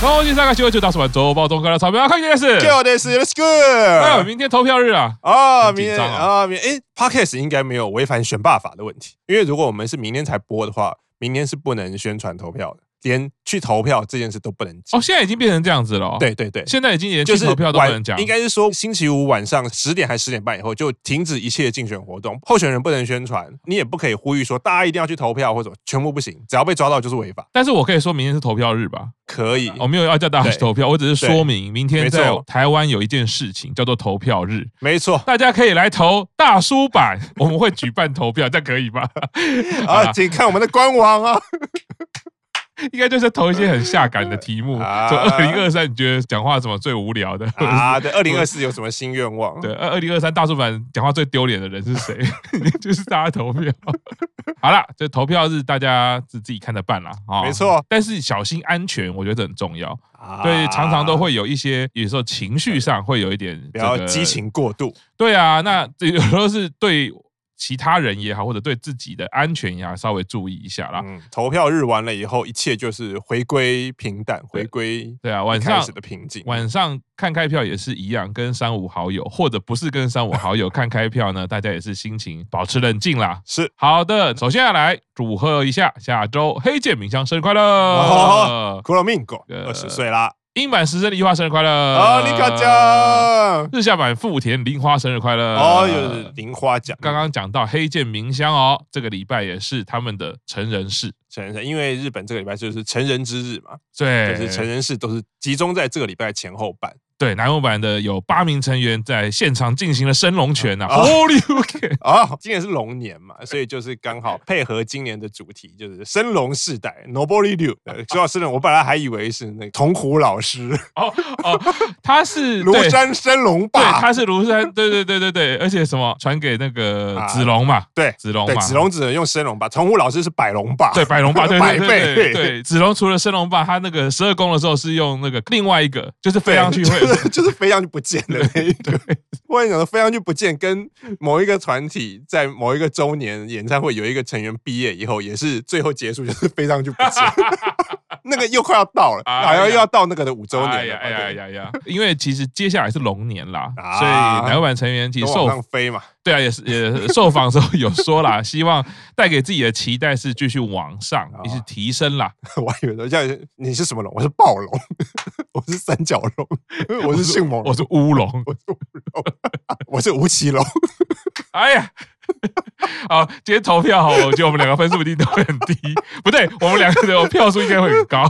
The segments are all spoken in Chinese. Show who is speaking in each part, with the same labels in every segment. Speaker 1: 高级大概九九大叔版周报中高的钞票，看电 视。
Speaker 2: 今日ですよろし く。
Speaker 1: 哎呦，明天投票日啊！
Speaker 2: 啊，
Speaker 1: 很
Speaker 2: 明
Speaker 1: 紧
Speaker 2: 天
Speaker 1: 张啊
Speaker 2: 啊，明哎，Podcast 应该没有违反选罢法的问题，因为如果我们是明天才播的话，明天是不能宣传投票的，连去投票这件事都不能讲。
Speaker 1: 哦，现在已经变成这样子了、哦。，
Speaker 2: 对对对，
Speaker 1: 现在已经连
Speaker 2: 就
Speaker 1: 去
Speaker 2: 是
Speaker 1: 投票都不
Speaker 2: 晚
Speaker 1: 能讲，
Speaker 2: 应该是说星期五晚上十点还是十点半以后就停止一切竞选活动，候选人不能宣传，你也不可以呼吁说大家一定要去投票或者全部不行，只要被抓到就是违法，
Speaker 1: 但是我可以说明天是投票日吧？哦
Speaker 2: 可以，
Speaker 1: 我没有要叫大家去
Speaker 2: 对
Speaker 1: 投票，我只是说明明天
Speaker 2: 嗯没
Speaker 1: 在
Speaker 2: 错
Speaker 1: 台湾有一件事情叫做投票日，
Speaker 2: 没错
Speaker 1: 大家可以来投大叔版， 我们会举办投票，这样可以吧？好
Speaker 2: 啊，
Speaker 1: 啦
Speaker 2: 请看我们的官网啊。
Speaker 1: 应该就是投一些很下感的题目。
Speaker 2: 啊
Speaker 1: 从二零二三，你觉得讲话什么最无聊的？
Speaker 2: 啊，对，二零二四有什么新愿望？
Speaker 1: 对，二二零二三大叔版讲话最丢脸的人是 谁？ 就是大家投票。 好啦，这投票日大家自自己看着办啦。啊、
Speaker 2: 没错。
Speaker 1: 但是小心安全，我觉得很重要。
Speaker 2: 啊，
Speaker 1: 对，常常都会有一些，有时候情绪上会有一点这
Speaker 2: 不要
Speaker 1: 个
Speaker 2: 激。情过度。
Speaker 1: 对啊，那这有时候是对其他人也好，或者对自己的安全也好，稍微注意一下啦。
Speaker 2: 嗯，投票日完了以后，一切就是回归平淡，回归
Speaker 1: 对啊，
Speaker 2: 一
Speaker 1: 晚
Speaker 2: 开
Speaker 1: 上
Speaker 2: 始的平静。
Speaker 1: 晚上看开票也是一样，跟三五好友或者不是跟三五好友看开票呢，大家也是心情保持冷静啦。
Speaker 2: 是
Speaker 1: 好的，首先要来祝贺一下下周黑剑冥香生日快乐，
Speaker 2: 哦骷髅命狗
Speaker 1: 呃
Speaker 2: 二十岁啦，
Speaker 1: 英版石森梨花生日快乐，
Speaker 2: 哦，你搞奖
Speaker 1: 日下版富田樱花生日快乐，
Speaker 2: 哦，有零花奖。
Speaker 1: 哎呃刚刚讲到黑剑冥香哦，这个礼拜也是他们的成人式，
Speaker 2: 成人式，因为日本这个礼拜就是成人之日嘛，就
Speaker 1: 对，
Speaker 2: 是成人式都是集中在这个礼拜前后办。
Speaker 1: 对南欧版的有八名成员在现场进行了升龙拳啊
Speaker 2: 哦
Speaker 1: ，Holy OK，
Speaker 2: 哦，今年是龙年嘛，所以就是刚好配合今年的主题，就是升龙世代 Nobody Do。呃说到升龙，我本来还以为是那个童虎老师，
Speaker 1: 哦哦，他是
Speaker 2: 庐
Speaker 1: 对
Speaker 2: 山升龙
Speaker 1: 对，
Speaker 2: 霸，
Speaker 1: 他是庐山，对对对对对，而且什么传给那个
Speaker 2: 啊
Speaker 1: 子龙嘛，
Speaker 2: 对
Speaker 1: 子龙
Speaker 2: 对，
Speaker 1: 嘛，
Speaker 2: 子龙只能用升龙霸，童虎老师是百龙霸，
Speaker 1: 对，百龙霸，对对
Speaker 2: 啊百
Speaker 1: 对对
Speaker 2: 倍
Speaker 1: 对，子龙除了升龙霸，他那个十二宫的时候是用那个另外一个，就是飞
Speaker 2: 对
Speaker 1: 上去会
Speaker 2: 就。是 就是飞上去不见的那一个。 我跟你讲，飞上去不见，跟某一个团体在某一个周年演唱会有一个成员毕业以后，也是最后结束就是飞上去不 见，那个又快要到了，
Speaker 1: 哎呀
Speaker 2: 好像又要到那个的五周
Speaker 1: 哎
Speaker 2: 年了
Speaker 1: 呀
Speaker 2: 嘛。
Speaker 1: 哎呀哎
Speaker 2: 对，
Speaker 1: 呀呀！因为其实接下来是龙年啦，
Speaker 2: 啊
Speaker 1: 所以台湾成员其
Speaker 2: 都
Speaker 1: 实受
Speaker 2: 往上飞嘛，
Speaker 1: 对啊，也是也受访的时候有说啦，希望带给自己的期待是继续往上，
Speaker 2: 啊
Speaker 1: 也是提升啦。
Speaker 2: 我还以为说像你是什么龙，我是暴龙， 我是三角龙，我是迅猛
Speaker 1: 我
Speaker 2: 龙，
Speaker 1: 是乌龙，
Speaker 2: 我是吴奇隆。
Speaker 1: 哎呀， 好，今天投票好，我觉得我们两个分数一定都会很低，不对，我们两个的票数应该会很高。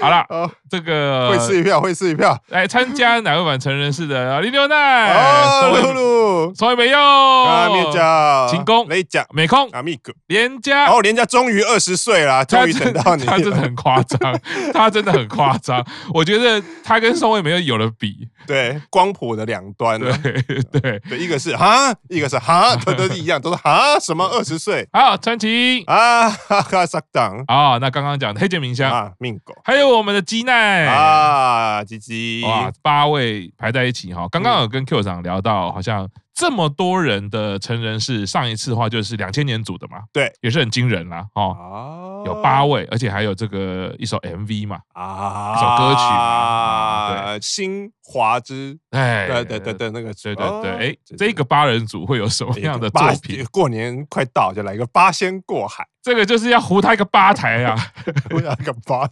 Speaker 1: 好啦，
Speaker 2: 啊，
Speaker 1: 这个
Speaker 2: 会吃一票，会吃一票。
Speaker 1: 来参加哪位版成人式的零六奈、
Speaker 2: 哦，露
Speaker 1: 宋
Speaker 2: 露，
Speaker 1: 宋一梅
Speaker 2: 啊，面
Speaker 1: 佑、
Speaker 2: 家，
Speaker 1: 秦工
Speaker 2: 雷甲，
Speaker 1: 美空、
Speaker 2: 啊，密哥。
Speaker 1: 连家
Speaker 2: 然。后人家终于二十岁啦，终于等到你
Speaker 1: 他真的
Speaker 2: 了。
Speaker 1: 很夸张， 他真的很夸张。我觉得他跟宋慧梅又有了比，
Speaker 2: 对，光谱的两端啊，
Speaker 1: 对对。
Speaker 2: 对，一个是哈，一个是哈，都都是一样，都是哈什么二十岁
Speaker 1: 好，川崎
Speaker 2: 啊，哈哈，撒当
Speaker 1: 啊，那刚刚讲的黑剑冥香，
Speaker 2: 啊，命狗
Speaker 1: 还有我们的基奈。
Speaker 2: 啊，鸡鸡
Speaker 1: 哇，八位排在一起哈。刚刚有跟 Q 长聊到，好像这么多人的成人是上一次的话就是两千年组的嘛，
Speaker 2: 对，
Speaker 1: 也是很惊人啦哦。
Speaker 2: 啊
Speaker 1: 有八位，而且还有这个一首 MV 嘛，
Speaker 2: 啊
Speaker 1: 一首歌曲嘛
Speaker 2: 对，新华之
Speaker 1: 哎，
Speaker 2: 对对对，对那个
Speaker 1: 对对对，哎，
Speaker 2: 哦
Speaker 1: 这个八人组会有什么
Speaker 2: 一
Speaker 1: 样的作
Speaker 2: 八
Speaker 1: 品？
Speaker 2: 过年快到就来个八仙过海，
Speaker 1: 这个就是要胡他一个吧台啊，
Speaker 2: 我想个八，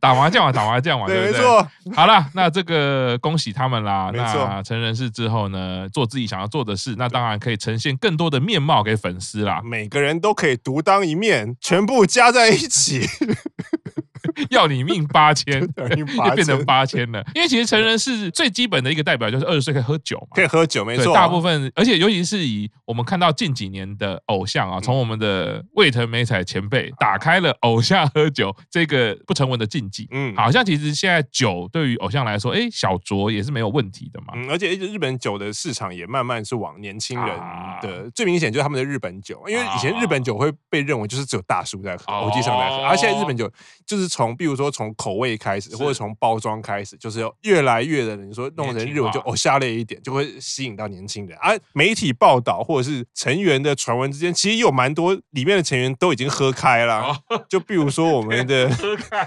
Speaker 1: 打麻将嘛，打麻将嘛，对不
Speaker 2: 对，没
Speaker 1: 对？
Speaker 2: 错，
Speaker 1: 好啦，那这个恭喜他们啦。
Speaker 2: 没错
Speaker 1: 那成人式之后呢，做自己想要做的事，那当然可以呈现更多的面貌给粉丝啦。
Speaker 2: 每个人都可以独当一面，全部加在一起，嗯
Speaker 1: 要你命八 千，
Speaker 2: 等 于
Speaker 1: 就
Speaker 2: 八
Speaker 1: 变成
Speaker 2: 千，
Speaker 1: 八千了。因为其实成人是最基本的一个代表，就是二十岁可以喝酒嘛
Speaker 2: 可。以喝酒，没
Speaker 1: 对，
Speaker 2: 错，啊
Speaker 1: 大部分，而且尤其是以我们看到近几年的偶像
Speaker 2: 嗯
Speaker 1: 啊，从我们的魏腾美彩前辈打开了偶像喝酒这个不成文的禁忌。
Speaker 2: 嗯
Speaker 1: 好像其实现在酒对于偶像来说，哎，小酌也是没有问题的嘛。
Speaker 2: 嗯，而且日本酒的市场也慢慢是往年轻人
Speaker 1: 啊
Speaker 2: 的，最明显就是他们的日本酒，因为以前日本酒会被认为就是只有大叔在喝，
Speaker 1: 哦
Speaker 2: 国际上在喝，而现在日本酒就是从从比如说从口味开始，
Speaker 1: 是
Speaker 2: 或者从包装开始，就是有越来越的人说弄成
Speaker 1: 年
Speaker 2: 日
Speaker 1: 轻化
Speaker 2: 文就哦下列一点，就会吸引到年轻人啊。媒体报道或者是成员的传闻之间，其实有蛮多里面的成员都已经喝开
Speaker 1: 哦
Speaker 2: 了，就比如说我们的，
Speaker 1: 喝开，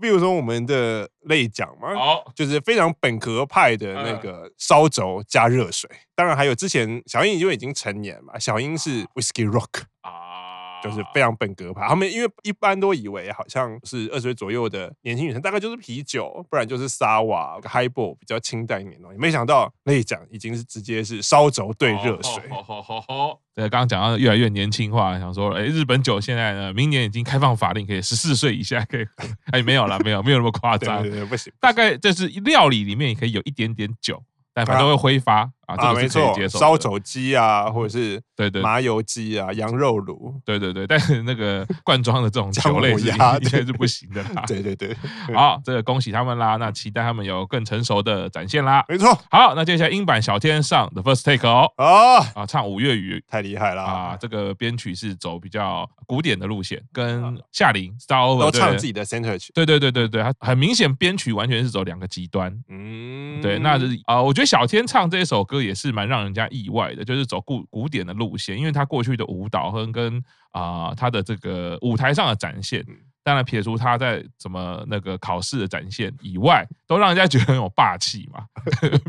Speaker 2: 比如说我们的类奖嘛，
Speaker 1: 好，
Speaker 2: 就是非常本格派
Speaker 1: 嗯
Speaker 2: 的那个烧轴加热水。当然还有之前小英因为已经成年嘛，小英是 Whisky Rock，
Speaker 1: 啊，
Speaker 2: 就是非常本格派。他们因为一般都以为好像是二十岁左右的年轻女生，大概就是啤酒，不然就是沙瓦、Highball 比较清淡一点的东西。没想到那一讲已经是直接是烧轴兑热水。
Speaker 1: 好好好好。哦对，刚刚讲到越来越年轻化，想说，哎，日本酒现在呢，明年已经开放法令，可以十四岁以下可以喝。哎，没有啦，没有，没有那么夸
Speaker 2: 对
Speaker 1: 张
Speaker 2: 对。对，不行，
Speaker 1: 哦大概这是料理里面也可以有一点点酒，但反正会挥发啊，
Speaker 2: 啊，
Speaker 1: 这
Speaker 2: 没
Speaker 1: 个是可以
Speaker 2: 错
Speaker 1: 接，受的。
Speaker 2: 烧酒鸡啊，或者是
Speaker 1: 对对
Speaker 2: 麻油鸡啊，羊肉炉，
Speaker 1: 对对对，但是那个罐装的这种
Speaker 2: 姜
Speaker 1: 酒类
Speaker 2: 母
Speaker 1: 是应
Speaker 2: 鸭
Speaker 1: 该
Speaker 2: 对
Speaker 1: 是不行的啦。
Speaker 2: 对对对，
Speaker 1: 好，这个恭喜他们啦，那期待他们有更成熟的展现啦。
Speaker 2: 没错
Speaker 1: 好，那接下来英版小天上 The First Take 哦，
Speaker 2: 啊，
Speaker 1: 啊，唱五月雨
Speaker 2: 太厉害了啊
Speaker 1: 啊，这个编曲是走比较古典的路线，跟夏琳 Star Over
Speaker 2: 啊都唱自
Speaker 1: 己。
Speaker 2: 己的 center 曲。
Speaker 1: 对对对对对，他很明显编曲完全是走两个极端，
Speaker 2: 嗯
Speaker 1: 对，那就是啊、呃我觉得小天唱这首歌也是蛮让人家意外的，就是走古古典的路线，因为他过去的舞蹈和跟啊、他的这个舞台上的展现
Speaker 2: 嗯，
Speaker 1: 当然撇除他在怎么那个考试的展现以外，都让人家觉得很有霸气嘛。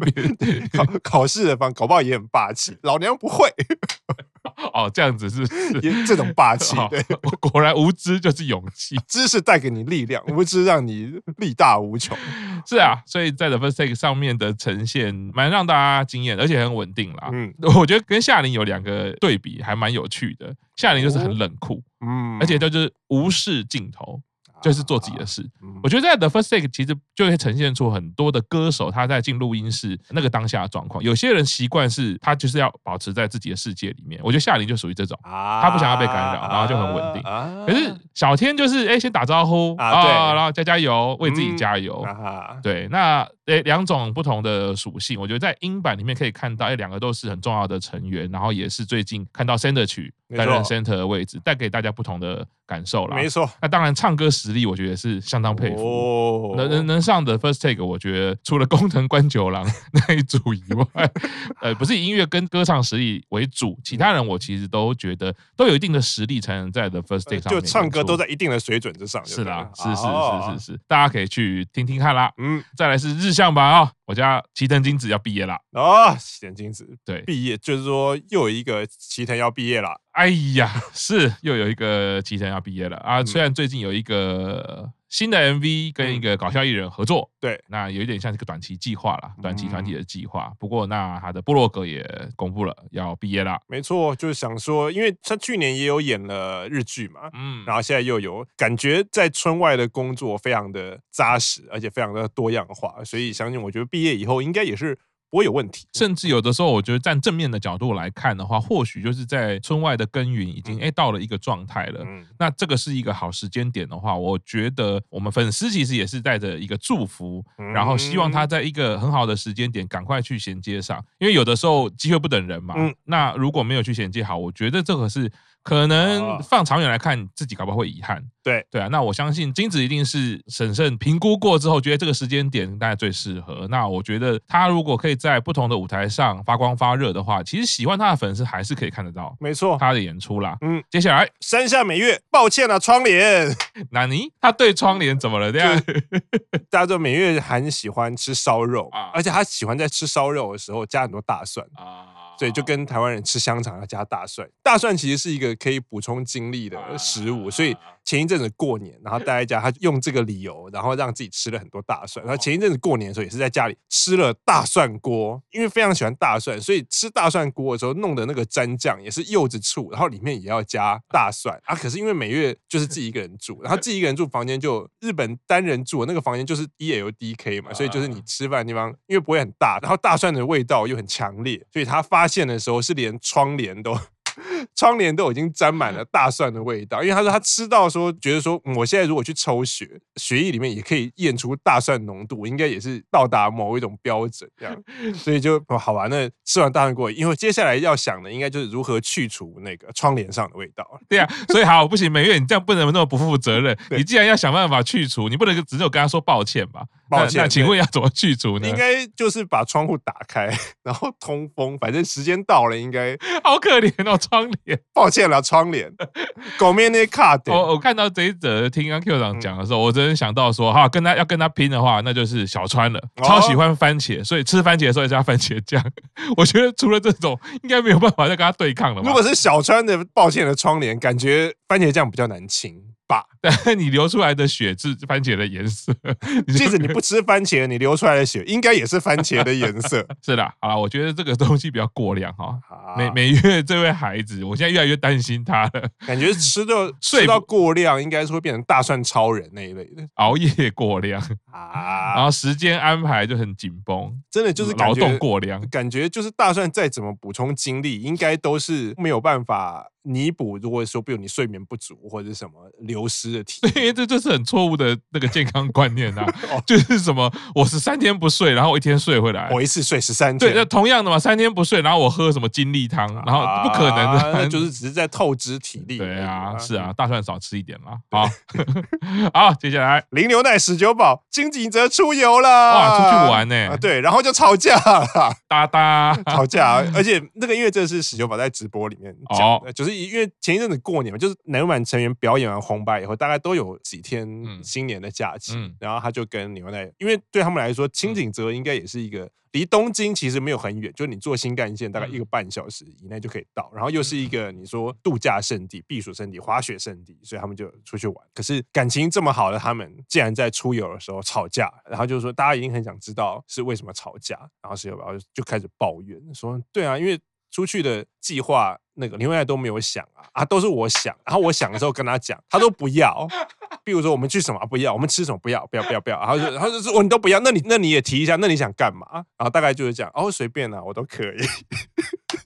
Speaker 2: 考考试的方搞不好也很霸 气，老娘不会
Speaker 1: 哦，这样子是不是
Speaker 2: 也这种霸气，
Speaker 1: 哦
Speaker 2: 对，
Speaker 1: 我 果然无知就是勇气。
Speaker 2: 知识带给你力量，无知让你力大无穷。
Speaker 1: 是啊，所以在 The First Take 上面的呈现蛮让大家惊艳，而且很稳定啦。
Speaker 2: 嗯
Speaker 1: 我觉得跟夏琳有两个对比，还蛮有趣的。夏琳就是很冷酷，
Speaker 2: 嗯
Speaker 1: 而且就是无视镜头，就是做自己的
Speaker 2: 事。
Speaker 1: 事。
Speaker 2: 嗯
Speaker 1: 我觉得在 The First Take 其实就会呈现出很多的歌手他在进录音室那个当下的状况。有些人习惯是他就是要保持在自己的世界里面，我觉得夏琳就属于这种。
Speaker 2: 啊
Speaker 1: 他不想要被干扰然后就很稳定
Speaker 2: 啊
Speaker 1: 可是小天就是哎、先打招呼
Speaker 2: 啊对
Speaker 1: 然后加加油，为自己
Speaker 2: 嗯
Speaker 1: 加油。
Speaker 2: 啊哈，
Speaker 1: 对，那诶两种不同的属性，我觉得在英版里面可以看到，诶两个都是很重要的成员，然后也是最近看到 center 曲
Speaker 2: 没错
Speaker 1: 担任 center 的位置，带给大家不同的感受啦。
Speaker 2: 没错，
Speaker 1: 那当然，唱歌实力我觉得也是相当佩服。
Speaker 2: 哦
Speaker 1: 能能能上的 first take，我觉得除了工藤官九郎 那一组以外，呃，不是以音乐跟歌唱实力为主，其他人我其实都觉得都有一定的实力才能在 the first take 上
Speaker 2: 呃就
Speaker 1: 面
Speaker 2: 唱歌
Speaker 1: 演出
Speaker 2: 都在一定的水准之上，
Speaker 1: 是啦，是
Speaker 2: 对了
Speaker 1: 是
Speaker 2: 哦
Speaker 1: 是是是，大家可以去听听看啦。
Speaker 2: 嗯，
Speaker 1: 再来是日向版啊、我家齐藤金子要毕业啦。
Speaker 2: 哦，喜田金子
Speaker 1: 对，
Speaker 2: 毕业，就是说又有一个齐藤要毕业了，
Speaker 1: 哎呀， 是又有一个齐藤要毕业了
Speaker 2: 嗯
Speaker 1: 啊！虽然最近有一个新的 MV 跟一个搞笑艺人合作，
Speaker 2: 嗯对，
Speaker 1: 那有一点像是个短期计划啦，短期
Speaker 2: 嗯
Speaker 1: 团体的计划。不过那他的部落格也公布了要毕业啦。
Speaker 2: 没错，就是想说，因为他去年也有演了日剧嘛，
Speaker 1: 嗯，
Speaker 2: 然后现在又有感觉在村外的工作非常的扎实，而且非常的多样化，所以相信我觉得毕业以后应该也是不会有问题。
Speaker 1: 甚至有的时候，我觉得站正面的角度来看的话，或许就是在村外的耕耘已经哎到了一个状态了。
Speaker 2: 嗯，
Speaker 1: 那这个是一个好时间点的话，我觉得我们粉丝其实也是带着一个祝福，
Speaker 2: 嗯
Speaker 1: 然后希望他在一个很好的时间点赶快去衔接上，因为有的时候机会不等人嘛。
Speaker 2: 嗯
Speaker 1: 那如果没有去衔接好，我觉得这个是可能
Speaker 2: 哦
Speaker 1: 放长远来看，自己搞不好会遗憾。
Speaker 2: 对
Speaker 1: 对啊，那我相信金子一定是审慎评估过之后，觉得这个时间点大家最适合。那我觉得他如果可以在不同的舞台上发光发热的话，其实喜欢他的粉丝还是可以看得到
Speaker 2: 没错。
Speaker 1: 他的演出啦。
Speaker 2: 嗯，
Speaker 1: 接下来
Speaker 2: 山下美月，抱歉啊，窗帘，
Speaker 1: 纳尼，他对窗帘怎么了？这样
Speaker 2: 大家知道美月很喜欢吃烧肉嘛
Speaker 1: 啊
Speaker 2: 而且她喜欢在吃烧肉的时候加很多大蒜。
Speaker 1: 啊
Speaker 2: 所以就跟台湾人吃香肠要加大蒜，大蒜其实是一个可以补充精力的食物，所以前一阵子过年，然后待在家，他用这个理由，然后让自己吃了很多大蒜。然后前一阵子过年的时候，也是在家里吃了大蒜锅，因为非常喜欢大蒜，所以吃大蒜锅的时候弄的那个蘸酱也是柚子醋，然后里面也要加大蒜啊。可是因为每月就是自己一个人住，然后自己一个人住房间就日本单人住的那个房间就是 E L D K 嘛，所以就是你吃饭的地方，因为不会很大，然后大蒜的味道又很强烈，所以他发现的时候是连窗帘都窗帘都已经沾满了大蒜的味道，因为他说他吃到说，觉得说、嗯我现在如果去抽血，血液里面也可以验出大蒜浓度，应该也是到达某一种标准这样，所以就、哦好吧，那吃完大蒜过，因为接下来要想的应该就是如何去除那个窗帘上的味道。
Speaker 1: 对啊，所以好不行，美月你这样不能那么不负责任，你既然要想办法去除，你不能只有跟他说抱歉吧？
Speaker 2: 抱
Speaker 1: 那
Speaker 2: 歉
Speaker 1: 那请问要怎么去除呢
Speaker 2: 应？该就是把窗户打开，然后通风，反正时间到了，应该
Speaker 1: 好可怜哦，窗帘。哦
Speaker 2: 抱歉了，窗帘，狗面那卡点。
Speaker 1: 我我看到这一则听刚 Q
Speaker 2: 嗯
Speaker 1: 长讲的时候，我真的想到说，哈，跟他要跟他拼的话，那就是小川了，
Speaker 2: 哦
Speaker 1: 超喜欢番茄，所以吃番茄的时候要加番茄酱。 我觉得除了这种，应该没有办法再跟他对抗了吧
Speaker 2: 如？果是小川的抱歉的窗帘，感觉番茄酱比较难清吧。
Speaker 1: 但是 你流出来的血是番茄的颜色， 你就
Speaker 2: 即使你不吃番茄，你流出来的血应该也是番茄的颜 色。
Speaker 1: 是啦。好了，我觉得这个东西比较过量哈。
Speaker 2: 啊
Speaker 1: 每每月这位孩子，我现在越来越担心他了，
Speaker 2: 感觉吃到
Speaker 1: 睡
Speaker 2: 吃
Speaker 1: 不
Speaker 2: 到过量，应该是会变成大蒜超人那一类的
Speaker 1: 熬夜过量， 然
Speaker 2: 啊。
Speaker 1: 后时间安排就很紧绷，
Speaker 2: 真的就是感
Speaker 1: 劳
Speaker 2: 觉
Speaker 1: 动过量。
Speaker 2: 感觉就是大蒜再怎么补充精力，应该都是没有办法弥补。如果说比如你睡眠不足或者是什么流失的体
Speaker 1: 对，因为这这是很错误的那个健康观念 啊， 就是什么我十三天不睡，然后我一天睡回来。
Speaker 2: 哦我一次睡十三
Speaker 1: 对，那
Speaker 2: 天，
Speaker 1: 同样的嘛，三天不睡，然后我喝什么精力汤，然后不可能
Speaker 2: 啊
Speaker 1: 的，
Speaker 2: 那就是只是在透支体力而已。
Speaker 1: 对啊，是啊，大蒜少吃一点啦。好，好， 接下来
Speaker 2: 零牛奶、史九堡、金井泽出游啦！
Speaker 1: 哇出去玩欸呢
Speaker 2: 啊对，然后就吵架了，
Speaker 1: 哒哒，
Speaker 2: 吵架，啊而且那个因为这是史九堡在直播里面讲
Speaker 1: 哦
Speaker 2: 的，就是因为前一阵子过年嘛，就是男满成员表演完红白以后，大概都有几天
Speaker 1: 嗯
Speaker 2: 新年的假期
Speaker 1: 嗯，
Speaker 2: 然后他就跟牛奶，因为对他们来说，青井泽应该也是一个离东京其实没有很远，就是你坐新干线大概一个半小时以内就可以到，然后又是一个你说度假胜地、避暑胜地、滑雪胜地，所以他们就出去玩。可是感情这么好的他们，竟然在出游的时候吵架，然后就说大家一定很想知道是为什么吵架，然后石油宝就就开始抱怨说，对啊，因为出去的计划那个林慧爱都没有想啊，啊都是我想，然后我想的时候跟他讲，他都不要。比如说我们去什么、啊不要，我们吃什么不要，不要不要不要，然后就然后就是哦我你都不要，那你那你也提一下，那你想干嘛？然后大概就是这样，哦随便啦、我都可以。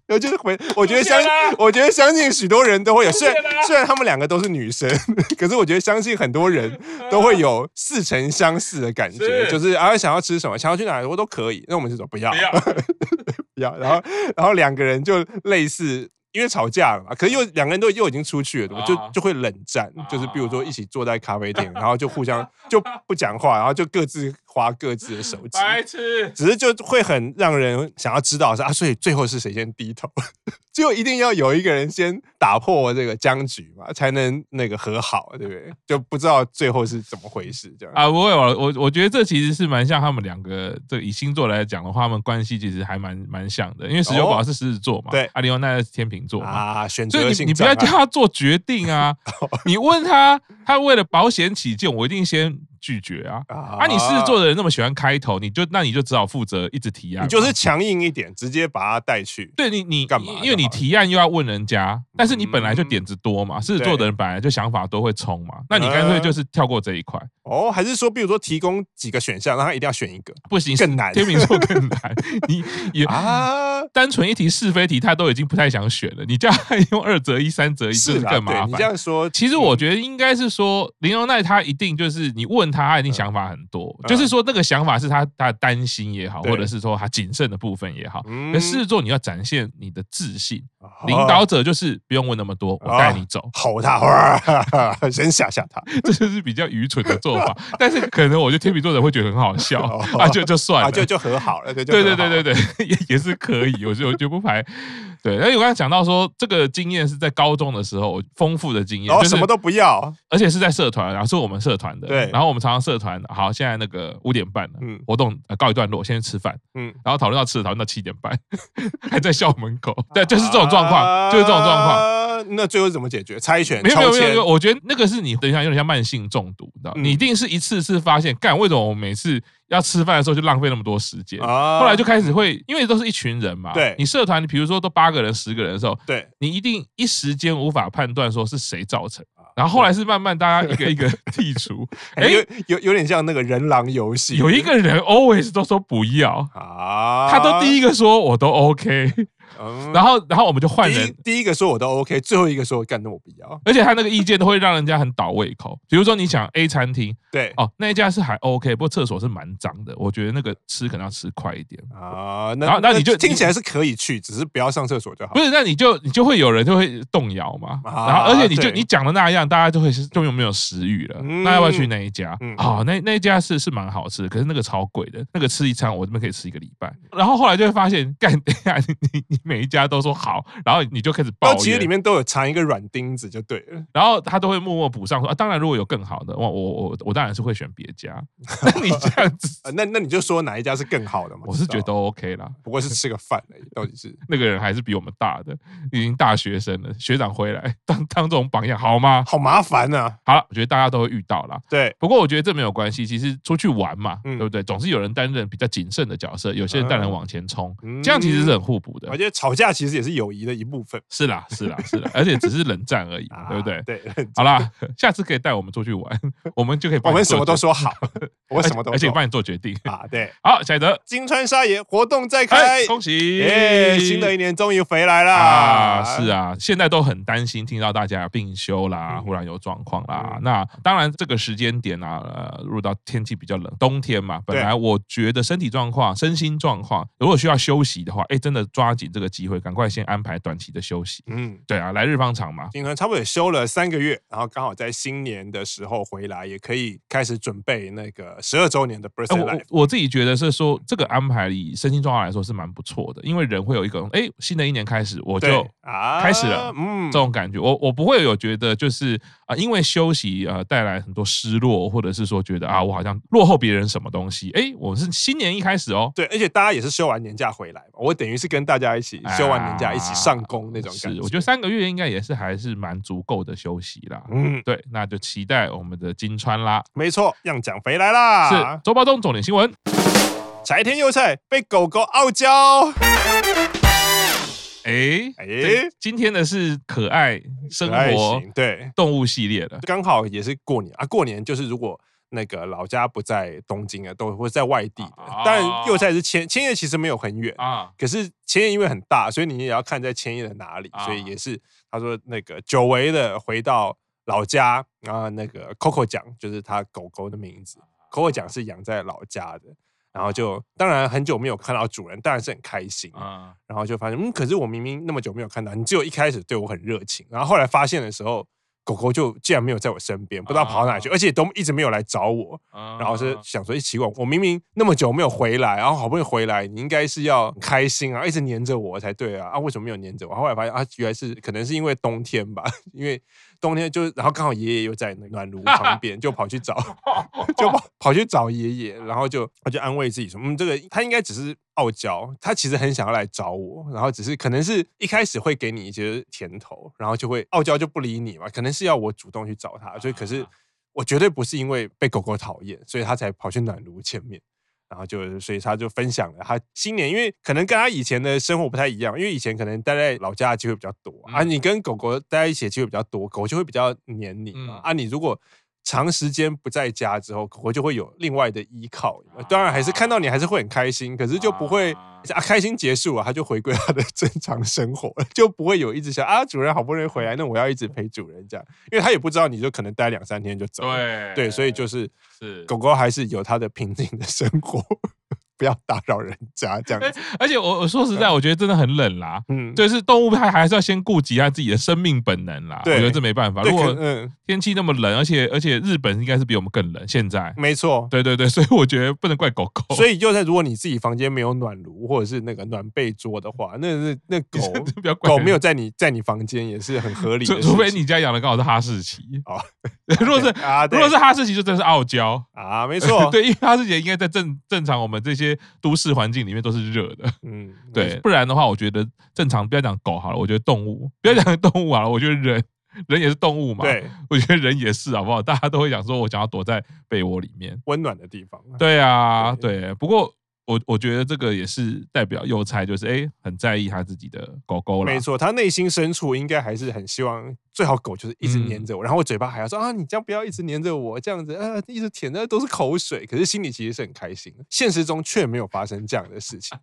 Speaker 2: 然后就是回，我觉得相
Speaker 1: 不见啦，
Speaker 2: 我觉得相信许多人都会有，虽然
Speaker 1: 不见啦
Speaker 2: 虽然他们两个都是女生， 可是我觉得相信很多人都会有似曾相识的感觉，
Speaker 1: 是
Speaker 2: 就是啊想要吃什么，想要去哪里我都可以，那我们就说不要
Speaker 1: 不要，
Speaker 2: 不要，然后然后两个人就类似。因为吵架了嘛，可是又两个人都又已经出去了，
Speaker 1: 嗯
Speaker 2: 就
Speaker 1: 啊
Speaker 2: 就会冷战，就是比如说
Speaker 1: 啊
Speaker 2: 一起坐在咖啡店，然后就互相就不讲话，然后就各自划各自的手机，
Speaker 1: 白痴，
Speaker 2: 只是就会很让人想要知道是啊，所以最后是谁先低头， 就一定要有一个人先打破这个僵局嘛，才能那个和好，对不对？就不知道最后是怎么回事这样。
Speaker 1: 啊，不会吧？我我觉得这其实是蛮像他们两个，这以星座来讲的话，他们关系其实还蛮蛮像的，因为十九宝是狮子座嘛，
Speaker 2: 哦对
Speaker 1: 阿里欧奈是天秤座嘛。
Speaker 2: 啊，选
Speaker 1: 所
Speaker 2: 择
Speaker 1: 以你
Speaker 2: 性哦
Speaker 1: 你不
Speaker 2: 障碍
Speaker 1: 要叫他做决定 啊！你问他，他为了保险起见，我一定先拒绝啊！啊，你狮子座的人那么喜欢开头，你就那你就只好负责一直提案嘛，
Speaker 2: 你就是强硬一点，直接把他带去。
Speaker 1: 对你你
Speaker 2: 干嘛
Speaker 1: 因为你
Speaker 2: 就好了嗯
Speaker 1: 提案又要问人家，但是你本来就点子多嘛，狮子座
Speaker 2: 对嗯
Speaker 1: 的人本来就想法多会冲嘛，那你干脆就是跳过这一块。
Speaker 2: 哦，还是说，比如说提供几个选项，让他一定要选一个
Speaker 1: 不行，
Speaker 2: 更难
Speaker 1: 天秤座更难，你也
Speaker 2: 啊？
Speaker 1: 单纯一题是非题，他都已经不太想选了，你叫他用二择一、三择一，就是是
Speaker 2: 啦，
Speaker 1: 更麻
Speaker 2: 对你这
Speaker 1: 烦。
Speaker 2: 样嗯说，
Speaker 1: 其实我觉得应该是说，林荣奈他一定就是你问他，他一定想法很多，
Speaker 2: 嗯
Speaker 1: 就是说那个想法是他他的担心也好，
Speaker 2: 对
Speaker 1: 或者是说他谨慎的部分也好。
Speaker 2: 嗯
Speaker 1: 可是狮子座你要展现你的自信，
Speaker 2: 哦
Speaker 1: 领导者就是不用问那么多，我带你 走，
Speaker 2: 吼他，哇 先吓吓他，
Speaker 1: 这就是比较愚蠢的做法。但是可能我觉得天秤座的人会觉得很好笑
Speaker 2: 哦
Speaker 1: 啊，就就算
Speaker 2: 啊，
Speaker 1: 了，
Speaker 2: 就就和好 了，对就
Speaker 1: 对对
Speaker 2: 和好了
Speaker 1: 对对对， 也也是可以，我就我就不排。对，而且我刚才讲到说，这个经验是在高中的时候我丰富的经验，
Speaker 2: 然后
Speaker 1: 就是
Speaker 2: 哦什么都不要，
Speaker 1: 而且是在社团，然啊后是我们社团的，
Speaker 2: 对
Speaker 1: 然后我们常常社团，好，现在那个五点半了，
Speaker 2: 嗯
Speaker 1: 活动呃告一段落，先去吃饭，
Speaker 2: 嗯，
Speaker 1: 然后讨论到吃的，讨论到七点半， 还在校门口，对，就是这种状
Speaker 2: 啊
Speaker 1: 况，就是这种状况。
Speaker 2: 况。那最后是怎么解决？猜拳？
Speaker 1: 没有没有
Speaker 2: 抽
Speaker 1: 没有
Speaker 2: 签
Speaker 1: 没有，我觉得那个是你等一下有点像慢性中毒，你知道，
Speaker 2: 嗯
Speaker 1: 你一定是一次次发现，干为什么我每次要吃饭的时候就浪费那么多时间，
Speaker 2: 啊
Speaker 1: 后来就开始会，因为都是一群人嘛，
Speaker 2: 对
Speaker 1: 你社团，你比如说都八个人、十个人的时候，
Speaker 2: 对
Speaker 1: 你一定一时间无法判断说是谁造成，
Speaker 2: 啊
Speaker 1: 然后后来是慢慢大家一个一个 剔除，
Speaker 2: 哎
Speaker 1: 哎，
Speaker 2: 有有有点像那个人狼游戏，
Speaker 1: 有一个人 always 都说不要，
Speaker 2: 啊，
Speaker 1: 他都第
Speaker 2: 一，
Speaker 1: 一个说我都 OK，
Speaker 2: 嗯
Speaker 1: 然后然后我们就换
Speaker 2: 第一
Speaker 1: 人。
Speaker 2: 第一个说我都 OK，最后一个说干，那我不要。
Speaker 1: 而且他那个意见都会让人家很倒胃口。比如说，你想 A 餐厅
Speaker 2: 对
Speaker 1: 哦，那一家是还 OK，不过厕所是蛮脏的，我觉得那个吃可能要吃快一点。
Speaker 2: 啊，
Speaker 1: 然
Speaker 2: 那
Speaker 1: 后那你就
Speaker 2: 听
Speaker 1: 你
Speaker 2: 起来是可以去，只是不要上厕所就好
Speaker 1: 不。是，那你就你就会有人就会动摇嘛，
Speaker 2: 啊
Speaker 1: 然后而且你就
Speaker 2: 对
Speaker 1: 你讲的那样，大家就会是就有没有食欲了？
Speaker 2: 嗯
Speaker 1: 那要不要去那一家
Speaker 2: 嗯？
Speaker 1: 哦，那那一家是是蛮好吃的，可是那个超贵的，那个吃一餐我这边可以吃一个礼拜。然后后来就会发现，干 等一下你你你每一家都说好，然后你就开始抱
Speaker 2: 那其实里
Speaker 1: 怨，
Speaker 2: 面都有藏一个软钉子就对了。
Speaker 1: 然后他都会默默补上说啊，当然如果有更好的，我我我我当然是会选别 家。你这样子，
Speaker 2: 啊那那你就说哪一家是更好的嘛？
Speaker 1: 我是觉
Speaker 2: 知
Speaker 1: 得
Speaker 2: 道，
Speaker 1: OK 啦。
Speaker 2: 不过是吃个饭而已，到底是
Speaker 1: 那个人还是比我们大的，已经大学生了。学长回来当当这种榜样好吗？
Speaker 2: 好麻烦啊。
Speaker 1: 好了，我觉得大家都会遇到啦。
Speaker 2: 对，
Speaker 1: 不过我觉得这没有关系，其实出去玩嘛，
Speaker 2: 嗯
Speaker 1: 对不对？总是有人担任比较谨慎的角色，有些人当然
Speaker 2: 嗯
Speaker 1: 往前冲，
Speaker 2: 嗯
Speaker 1: 这样其实是很互补的
Speaker 2: 我。觉得吵架其实也是友谊的一部分，
Speaker 1: 是啦，是啦，是啦， 而且只是冷战而已嘛， 对不对
Speaker 2: 啊？ 对，
Speaker 1: 好啦，下次可以带我们出去玩， 我们就可以帮你
Speaker 2: 我们
Speaker 1: 做
Speaker 2: 什么都
Speaker 1: 决
Speaker 2: 说好，我
Speaker 1: 而且
Speaker 2: 什么都
Speaker 1: 而且
Speaker 2: 说
Speaker 1: 帮你做决定。
Speaker 2: 啊，对。
Speaker 1: 好，下一则，
Speaker 2: 金川沙野活动再
Speaker 1: 哎
Speaker 2: 开，，
Speaker 1: 恭喜！
Speaker 2: 耶！新的一年终于回来啦！
Speaker 1: 啊，是，啊，现在都很担心听到大家病休啦，忽然有状况啦。
Speaker 2: 嗯
Speaker 1: 那当然，这个时间点啊，呃，入到天气比较冷，冬天嘛，本
Speaker 2: 对
Speaker 1: 来我觉得身体状况、身心状况，如果需要休息的话，哎，真的抓紧这个机会，赶快先安排短期的休息。
Speaker 2: 嗯，
Speaker 1: 对啊，来日方长嘛。
Speaker 2: 金川差不多也休了三个月，然后刚好在新年的时候回来，也可以开始准备那个十二周年的 Birthday
Speaker 1: 哎，我
Speaker 2: Life。
Speaker 1: 我自己觉得是说，这个安排以身心状况来说是蛮不错的，因为人会有一种，哎，新的一年开始，我就
Speaker 2: 对啊
Speaker 1: 开始了
Speaker 2: 嗯
Speaker 1: 这种感觉，我我不会有觉得就是啊、呃因为休息呃带来很多失落，或者是说觉得
Speaker 2: 嗯
Speaker 1: 啊，我好像落后别人什么东西。诶，我是新年一开始哦，
Speaker 2: 对，而且大家也是休完年假回来嘛，我等于是跟大家一起休完年假一起上工那种
Speaker 1: 啊哎是
Speaker 2: 感觉。
Speaker 1: 我觉得，三个月应该也是还是蛮足够的休息啦。
Speaker 2: 嗯，
Speaker 1: 对，那就期待我们的金川啦。
Speaker 2: 没错，让奖回来啦！
Speaker 1: 是周报中重点新闻。
Speaker 2: 柴田佑菜被狗狗傲娇，
Speaker 1: 诶，
Speaker 2: 哎
Speaker 1: 这今天的是可爱生
Speaker 2: 可爱
Speaker 1: 活
Speaker 2: 型哎对，
Speaker 1: 动物系列的。
Speaker 2: 刚好也是过年啊，过年就是如果那个老家不在东京啊，都会在外地的
Speaker 1: 啊。
Speaker 2: 当然，又在是千千叶，其实没有很远，
Speaker 1: 啊，
Speaker 2: 可是千叶因为很大，所以你也要看在千叶的哪里，
Speaker 1: 啊
Speaker 2: 所以也是他说那个久违的回到老家，然后那个 Coco 奖就是他狗狗的
Speaker 1: 啊
Speaker 2: 名字，Coco 奖是养在老家的。然后就当然很久没有看到主人，当然是很开心。
Speaker 1: 啊，
Speaker 2: 然后就发现，嗯，可是我明明那么久没有看到你，只有一开始对我很热情，然后后来发现的时候，狗狗就竟然没有在我身边，不知道跑
Speaker 1: 啊
Speaker 2: 到哪里去，而且都一直没有来找我。然
Speaker 1: 然
Speaker 2: 后是想说，一奇怪，我明明那么久没有回来，然后好不容易回来，你应该是要很开心啊，一直黏着我才对啊，啊，为什么没有黏着我？后来发现啊，原来是可能是因为冬天吧， 因为冬天就然后刚好爷爷又在那个暖炉旁边，就跑去找。就跑跑去找爷爷，然后就他就安慰自己说，嗯，这个他应该只是傲娇，他其实很想要来找我，然后只是可能是一开始会给你一些甜头，然后就会傲娇就不理你嘛，可能是要我主动去找他，所以可是我绝对不是因为被狗狗讨厌，所以他才跑去暖炉前面。然后就，所以他就分享了他新年，因为可能跟他以前的生活不太一样，因为以前可能待在老家的机会比较多、啊，
Speaker 1: 嗯
Speaker 2: 你跟狗狗待在一起的机会比较多，狗就会比较黏你嘛
Speaker 1: 嗯
Speaker 2: 啊，你如果长时间不在家之后，狗狗就会有另外的依靠，呃当然还是看到你还是会很开心，可是就不会。
Speaker 1: 啊
Speaker 2: 啊，开心结束了，它就回归它的正常生活了，就不会有一直想啊，主人好不容易回来，那我要一直陪主人这样，因为它也不知道你就可能待两三天就走了。
Speaker 1: 对
Speaker 2: 对，所以就是
Speaker 1: 是
Speaker 2: 狗狗还是有它的平静的生活， 不要打扰人家这样
Speaker 1: 哎
Speaker 2: 子。
Speaker 1: 而且我我说实在，我觉得真的很冷啦。
Speaker 2: 嗯，
Speaker 1: 就是动物它还是要先顾及它自己的生命本能啦。我
Speaker 2: 对
Speaker 1: 觉得这没办法。
Speaker 2: 对，
Speaker 1: 啊如
Speaker 2: 可
Speaker 1: 果
Speaker 2: 嗯，
Speaker 1: 天气那么冷，而且而且日本应该是比我们更冷，现在。
Speaker 2: 没错。
Speaker 1: 对对对，所以我觉得不能怪狗狗。
Speaker 2: 嗯所以就在如果你自己房间没有暖炉或者是那个暖被桌的话，那那 那狗
Speaker 1: 不要怪
Speaker 2: 狗
Speaker 1: 人
Speaker 2: 没有在你在你房间也是很合理的
Speaker 1: 除
Speaker 2: 事情。
Speaker 1: 除非你家养的刚好是哈士奇。
Speaker 2: 哦
Speaker 1: 如果是
Speaker 2: 啊，
Speaker 1: 如
Speaker 2: 对
Speaker 1: 果是哈士奇，就真是傲娇。
Speaker 2: 啊，没错，
Speaker 1: 对，因为哈士奇应该在正正常我们这些都市环境里面都是热的。
Speaker 2: 嗯，没
Speaker 1: 对，不然的话，我觉得正常不要讲狗好了，我觉得动物不要
Speaker 2: 嗯
Speaker 1: 讲动物好了，我觉得人人也是动物嘛。。
Speaker 2: 对，
Speaker 1: 我觉得人也是，好不好？大家都会讲说，我想要躲在被窝里面。
Speaker 2: 温暖的地方。
Speaker 1: 对啊，
Speaker 2: 对
Speaker 1: 对。不过我我觉得这个也是代表幼菜，就是哎、很在意他自己的狗狗啦
Speaker 2: 没。错，他内心深处应该还是很希望，最好狗就是一直黏
Speaker 1: 嗯
Speaker 2: 着我，然后我嘴巴还要说啊，你这样不要一直黏着我，这样子 啊，一直舔那都是口水。可是心里其实是很开心的，现实中却没有发生这样的事 情，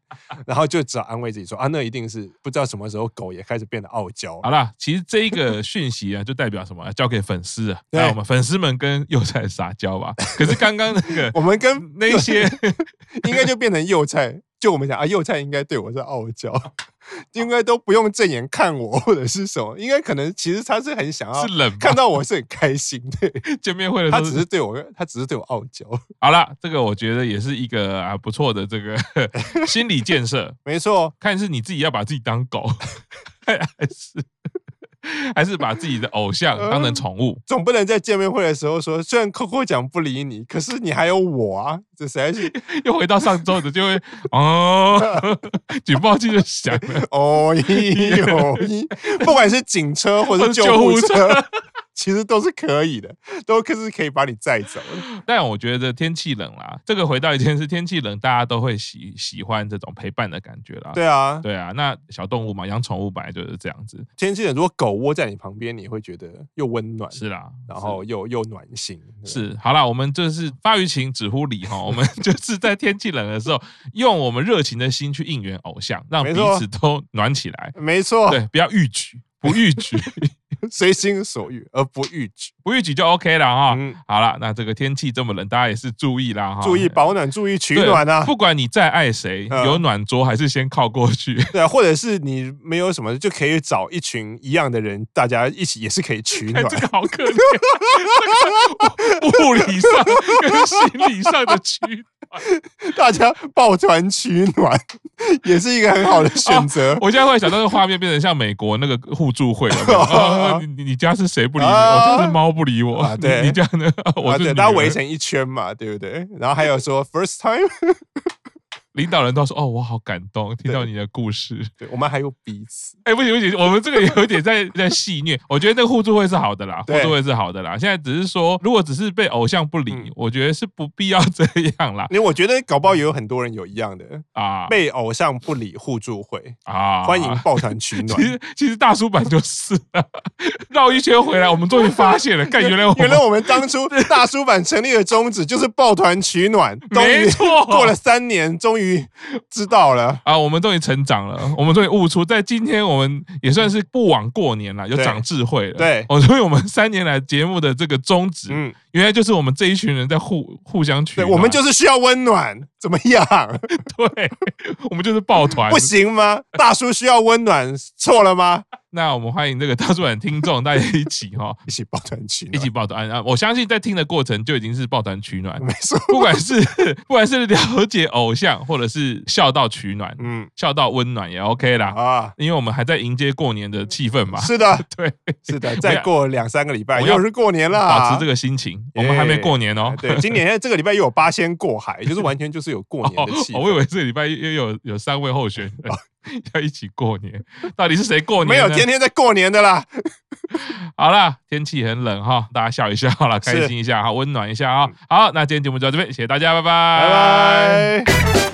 Speaker 2: 然后就只好安慰自己说啊，那一定是不知道什么时候狗也开始变得傲娇。
Speaker 1: 好啦，其实这一个讯息啊，就代表什么？交给粉丝啊，
Speaker 2: 对
Speaker 1: 让我们粉丝们跟幼菜撒娇 吧。可是刚刚那个
Speaker 2: 我们跟
Speaker 1: 那一些
Speaker 2: 应该就变成幼菜，就我们讲啊，幼菜应该对我是傲娇，应该都不用正眼看我或者是什么，应该可能其实他是很想要
Speaker 1: 是冷吧
Speaker 2: 看到我是很开心的，
Speaker 1: 见面会的时
Speaker 2: 他
Speaker 1: 候
Speaker 2: 只是对我，他只是对我傲娇。
Speaker 1: 好啦，这个我觉得也是一个啊不错的这个 心理建设，
Speaker 2: 没错，
Speaker 1: 看是你自己要把自己当狗， 还是还是把自己的偶像当成宠物。
Speaker 2: 总不能在见面会的时候说，虽然 Coco 讲不理你，可是你还有我啊，这实在 是
Speaker 1: 又回到上周的，就会哦， 警报器就响 了。
Speaker 2: 哦咦哦咦，不管是警车或
Speaker 1: 或
Speaker 2: 是
Speaker 1: 是
Speaker 2: 救
Speaker 1: 救
Speaker 2: 护
Speaker 1: 护
Speaker 2: 车，其实都是可以的，都可是可以把你载走 的。
Speaker 1: 但我觉得天气冷啦，这个回到一件事，天气冷，大家都会喜喜欢这种陪伴的感觉啦。
Speaker 2: 对啊，哎
Speaker 1: 对啊，那小动物嘛，养宠物本来就是这样子。
Speaker 2: 天气冷，如果狗窝在你旁边，你会觉得又温暖，
Speaker 1: 是啦，
Speaker 2: 然后又又暖心。对
Speaker 1: 是好啦，我们就是发于情，止乎礼 哈。我们就是在天气冷的时候，用我们热情的心去应援偶像，让
Speaker 2: 没
Speaker 1: 彼
Speaker 2: 错
Speaker 1: 此都暖起来。
Speaker 2: 没错，
Speaker 1: 对，不要逾矩，不逾矩，
Speaker 2: 随心所欲而不逾矩。
Speaker 1: 不逾矩就 OK 了哈。
Speaker 2: 嗯
Speaker 1: 好啦，那这个天气这么冷，大家也是注意啦哈，
Speaker 2: 注意保暖，注意取
Speaker 1: 哎对
Speaker 2: 暖啊！
Speaker 1: 不管你再爱谁，
Speaker 2: 嗯
Speaker 1: 有暖桌还是先靠过去。
Speaker 2: 对啊，或者是你没有什么，就可以找一群一样的人，大家一起也是可以取
Speaker 1: 哎
Speaker 2: 暖。，
Speaker 1: 这个好可怜，这个物理上跟心理上的区别
Speaker 2: 大家抱团取暖， 也是一个很好的选择。
Speaker 1: 我现在会想到那个画面变成像美国那个互助会有没 有啊你你家是谁不理你？
Speaker 2: 啊
Speaker 1: 我家是猫不理我。
Speaker 2: 啊
Speaker 1: 你
Speaker 2: 对
Speaker 1: 你家呢？ 我
Speaker 2: 啊，
Speaker 1: 是
Speaker 2: 对，
Speaker 1: 女
Speaker 2: 大家围
Speaker 1: 儿
Speaker 2: 成一圈嘛，对不对？然后还 有说 first time，
Speaker 1: 领导人都说哦，我好感动，听到你的故事。
Speaker 2: 对我们还有彼此，
Speaker 1: 哎，不行不行，我们这个有点在在戏虐。 我觉得那个互助会是好的啦，互
Speaker 2: 对
Speaker 1: 助会是好的啦。现在只是说，如果只是被偶像不理，
Speaker 2: 嗯
Speaker 1: 我觉得是不必要这样 啦。
Speaker 2: 因为我觉得搞不好也有很多人有一样的
Speaker 1: 啊
Speaker 2: 被偶像不理互助会，
Speaker 1: 啊，
Speaker 2: 欢迎抱团取
Speaker 1: 其
Speaker 2: 暖。
Speaker 1: 实其实大叔版就是啊 绕一圈回来，我们终于发现了，干原来我
Speaker 2: 原
Speaker 1: 们
Speaker 2: 来我们当 初大叔版成立的宗旨就是抱团取暖，终于
Speaker 1: 没错
Speaker 2: 过了三年，终于知道了。
Speaker 1: 啊，我们终于成长 了，我们终于悟出，在今天我们也算是不枉过年了，有
Speaker 2: 对
Speaker 1: 长智慧了。
Speaker 2: 对
Speaker 1: 哦，所以我们三年来节目的这个宗旨，
Speaker 2: 嗯，
Speaker 1: 原来就是我们这一群人在互互相取
Speaker 2: 对，
Speaker 1: 暖，
Speaker 2: 我们就是需要温暖，怎么样？
Speaker 1: 对，我们就是抱团。
Speaker 2: 不行吗？大叔需要温暖，错了吗？
Speaker 1: 那我们欢迎这个大叔版听众，大家一起 哈、
Speaker 2: 一起抱团取暖，
Speaker 1: 一起抱团啊！我相信在听的过程就已经是抱团取暖，
Speaker 2: 没错。
Speaker 1: 不管是 不管是了解偶像，或者是笑到取暖，
Speaker 2: 嗯
Speaker 1: 笑到温暖也 OK 啦，
Speaker 2: 啊，
Speaker 1: 因为我们还在迎接过年的气氛嘛。
Speaker 2: 是的，
Speaker 1: 啊 对，
Speaker 2: 是的，再过两三个礼拜
Speaker 1: 我要
Speaker 2: 又是过年啦，
Speaker 1: 保持这个心情。我们还没过年哦
Speaker 2: 啊哎。对，今年这个礼拜又有八仙过海，就是完全就是有过年的 气
Speaker 1: 哦，我以
Speaker 2: 氛。哦
Speaker 1: 为这礼拜又有有三位候选人 要一起过年，到底是谁过年呢？
Speaker 2: 没有天天在过年的啦，
Speaker 1: 好啦，天气很冷哈，大家笑一笑啦，开心一下哈，温暖一下哈。好，那今天节目就到这边，谢谢大家，拜拜，
Speaker 2: 嗯拜拜。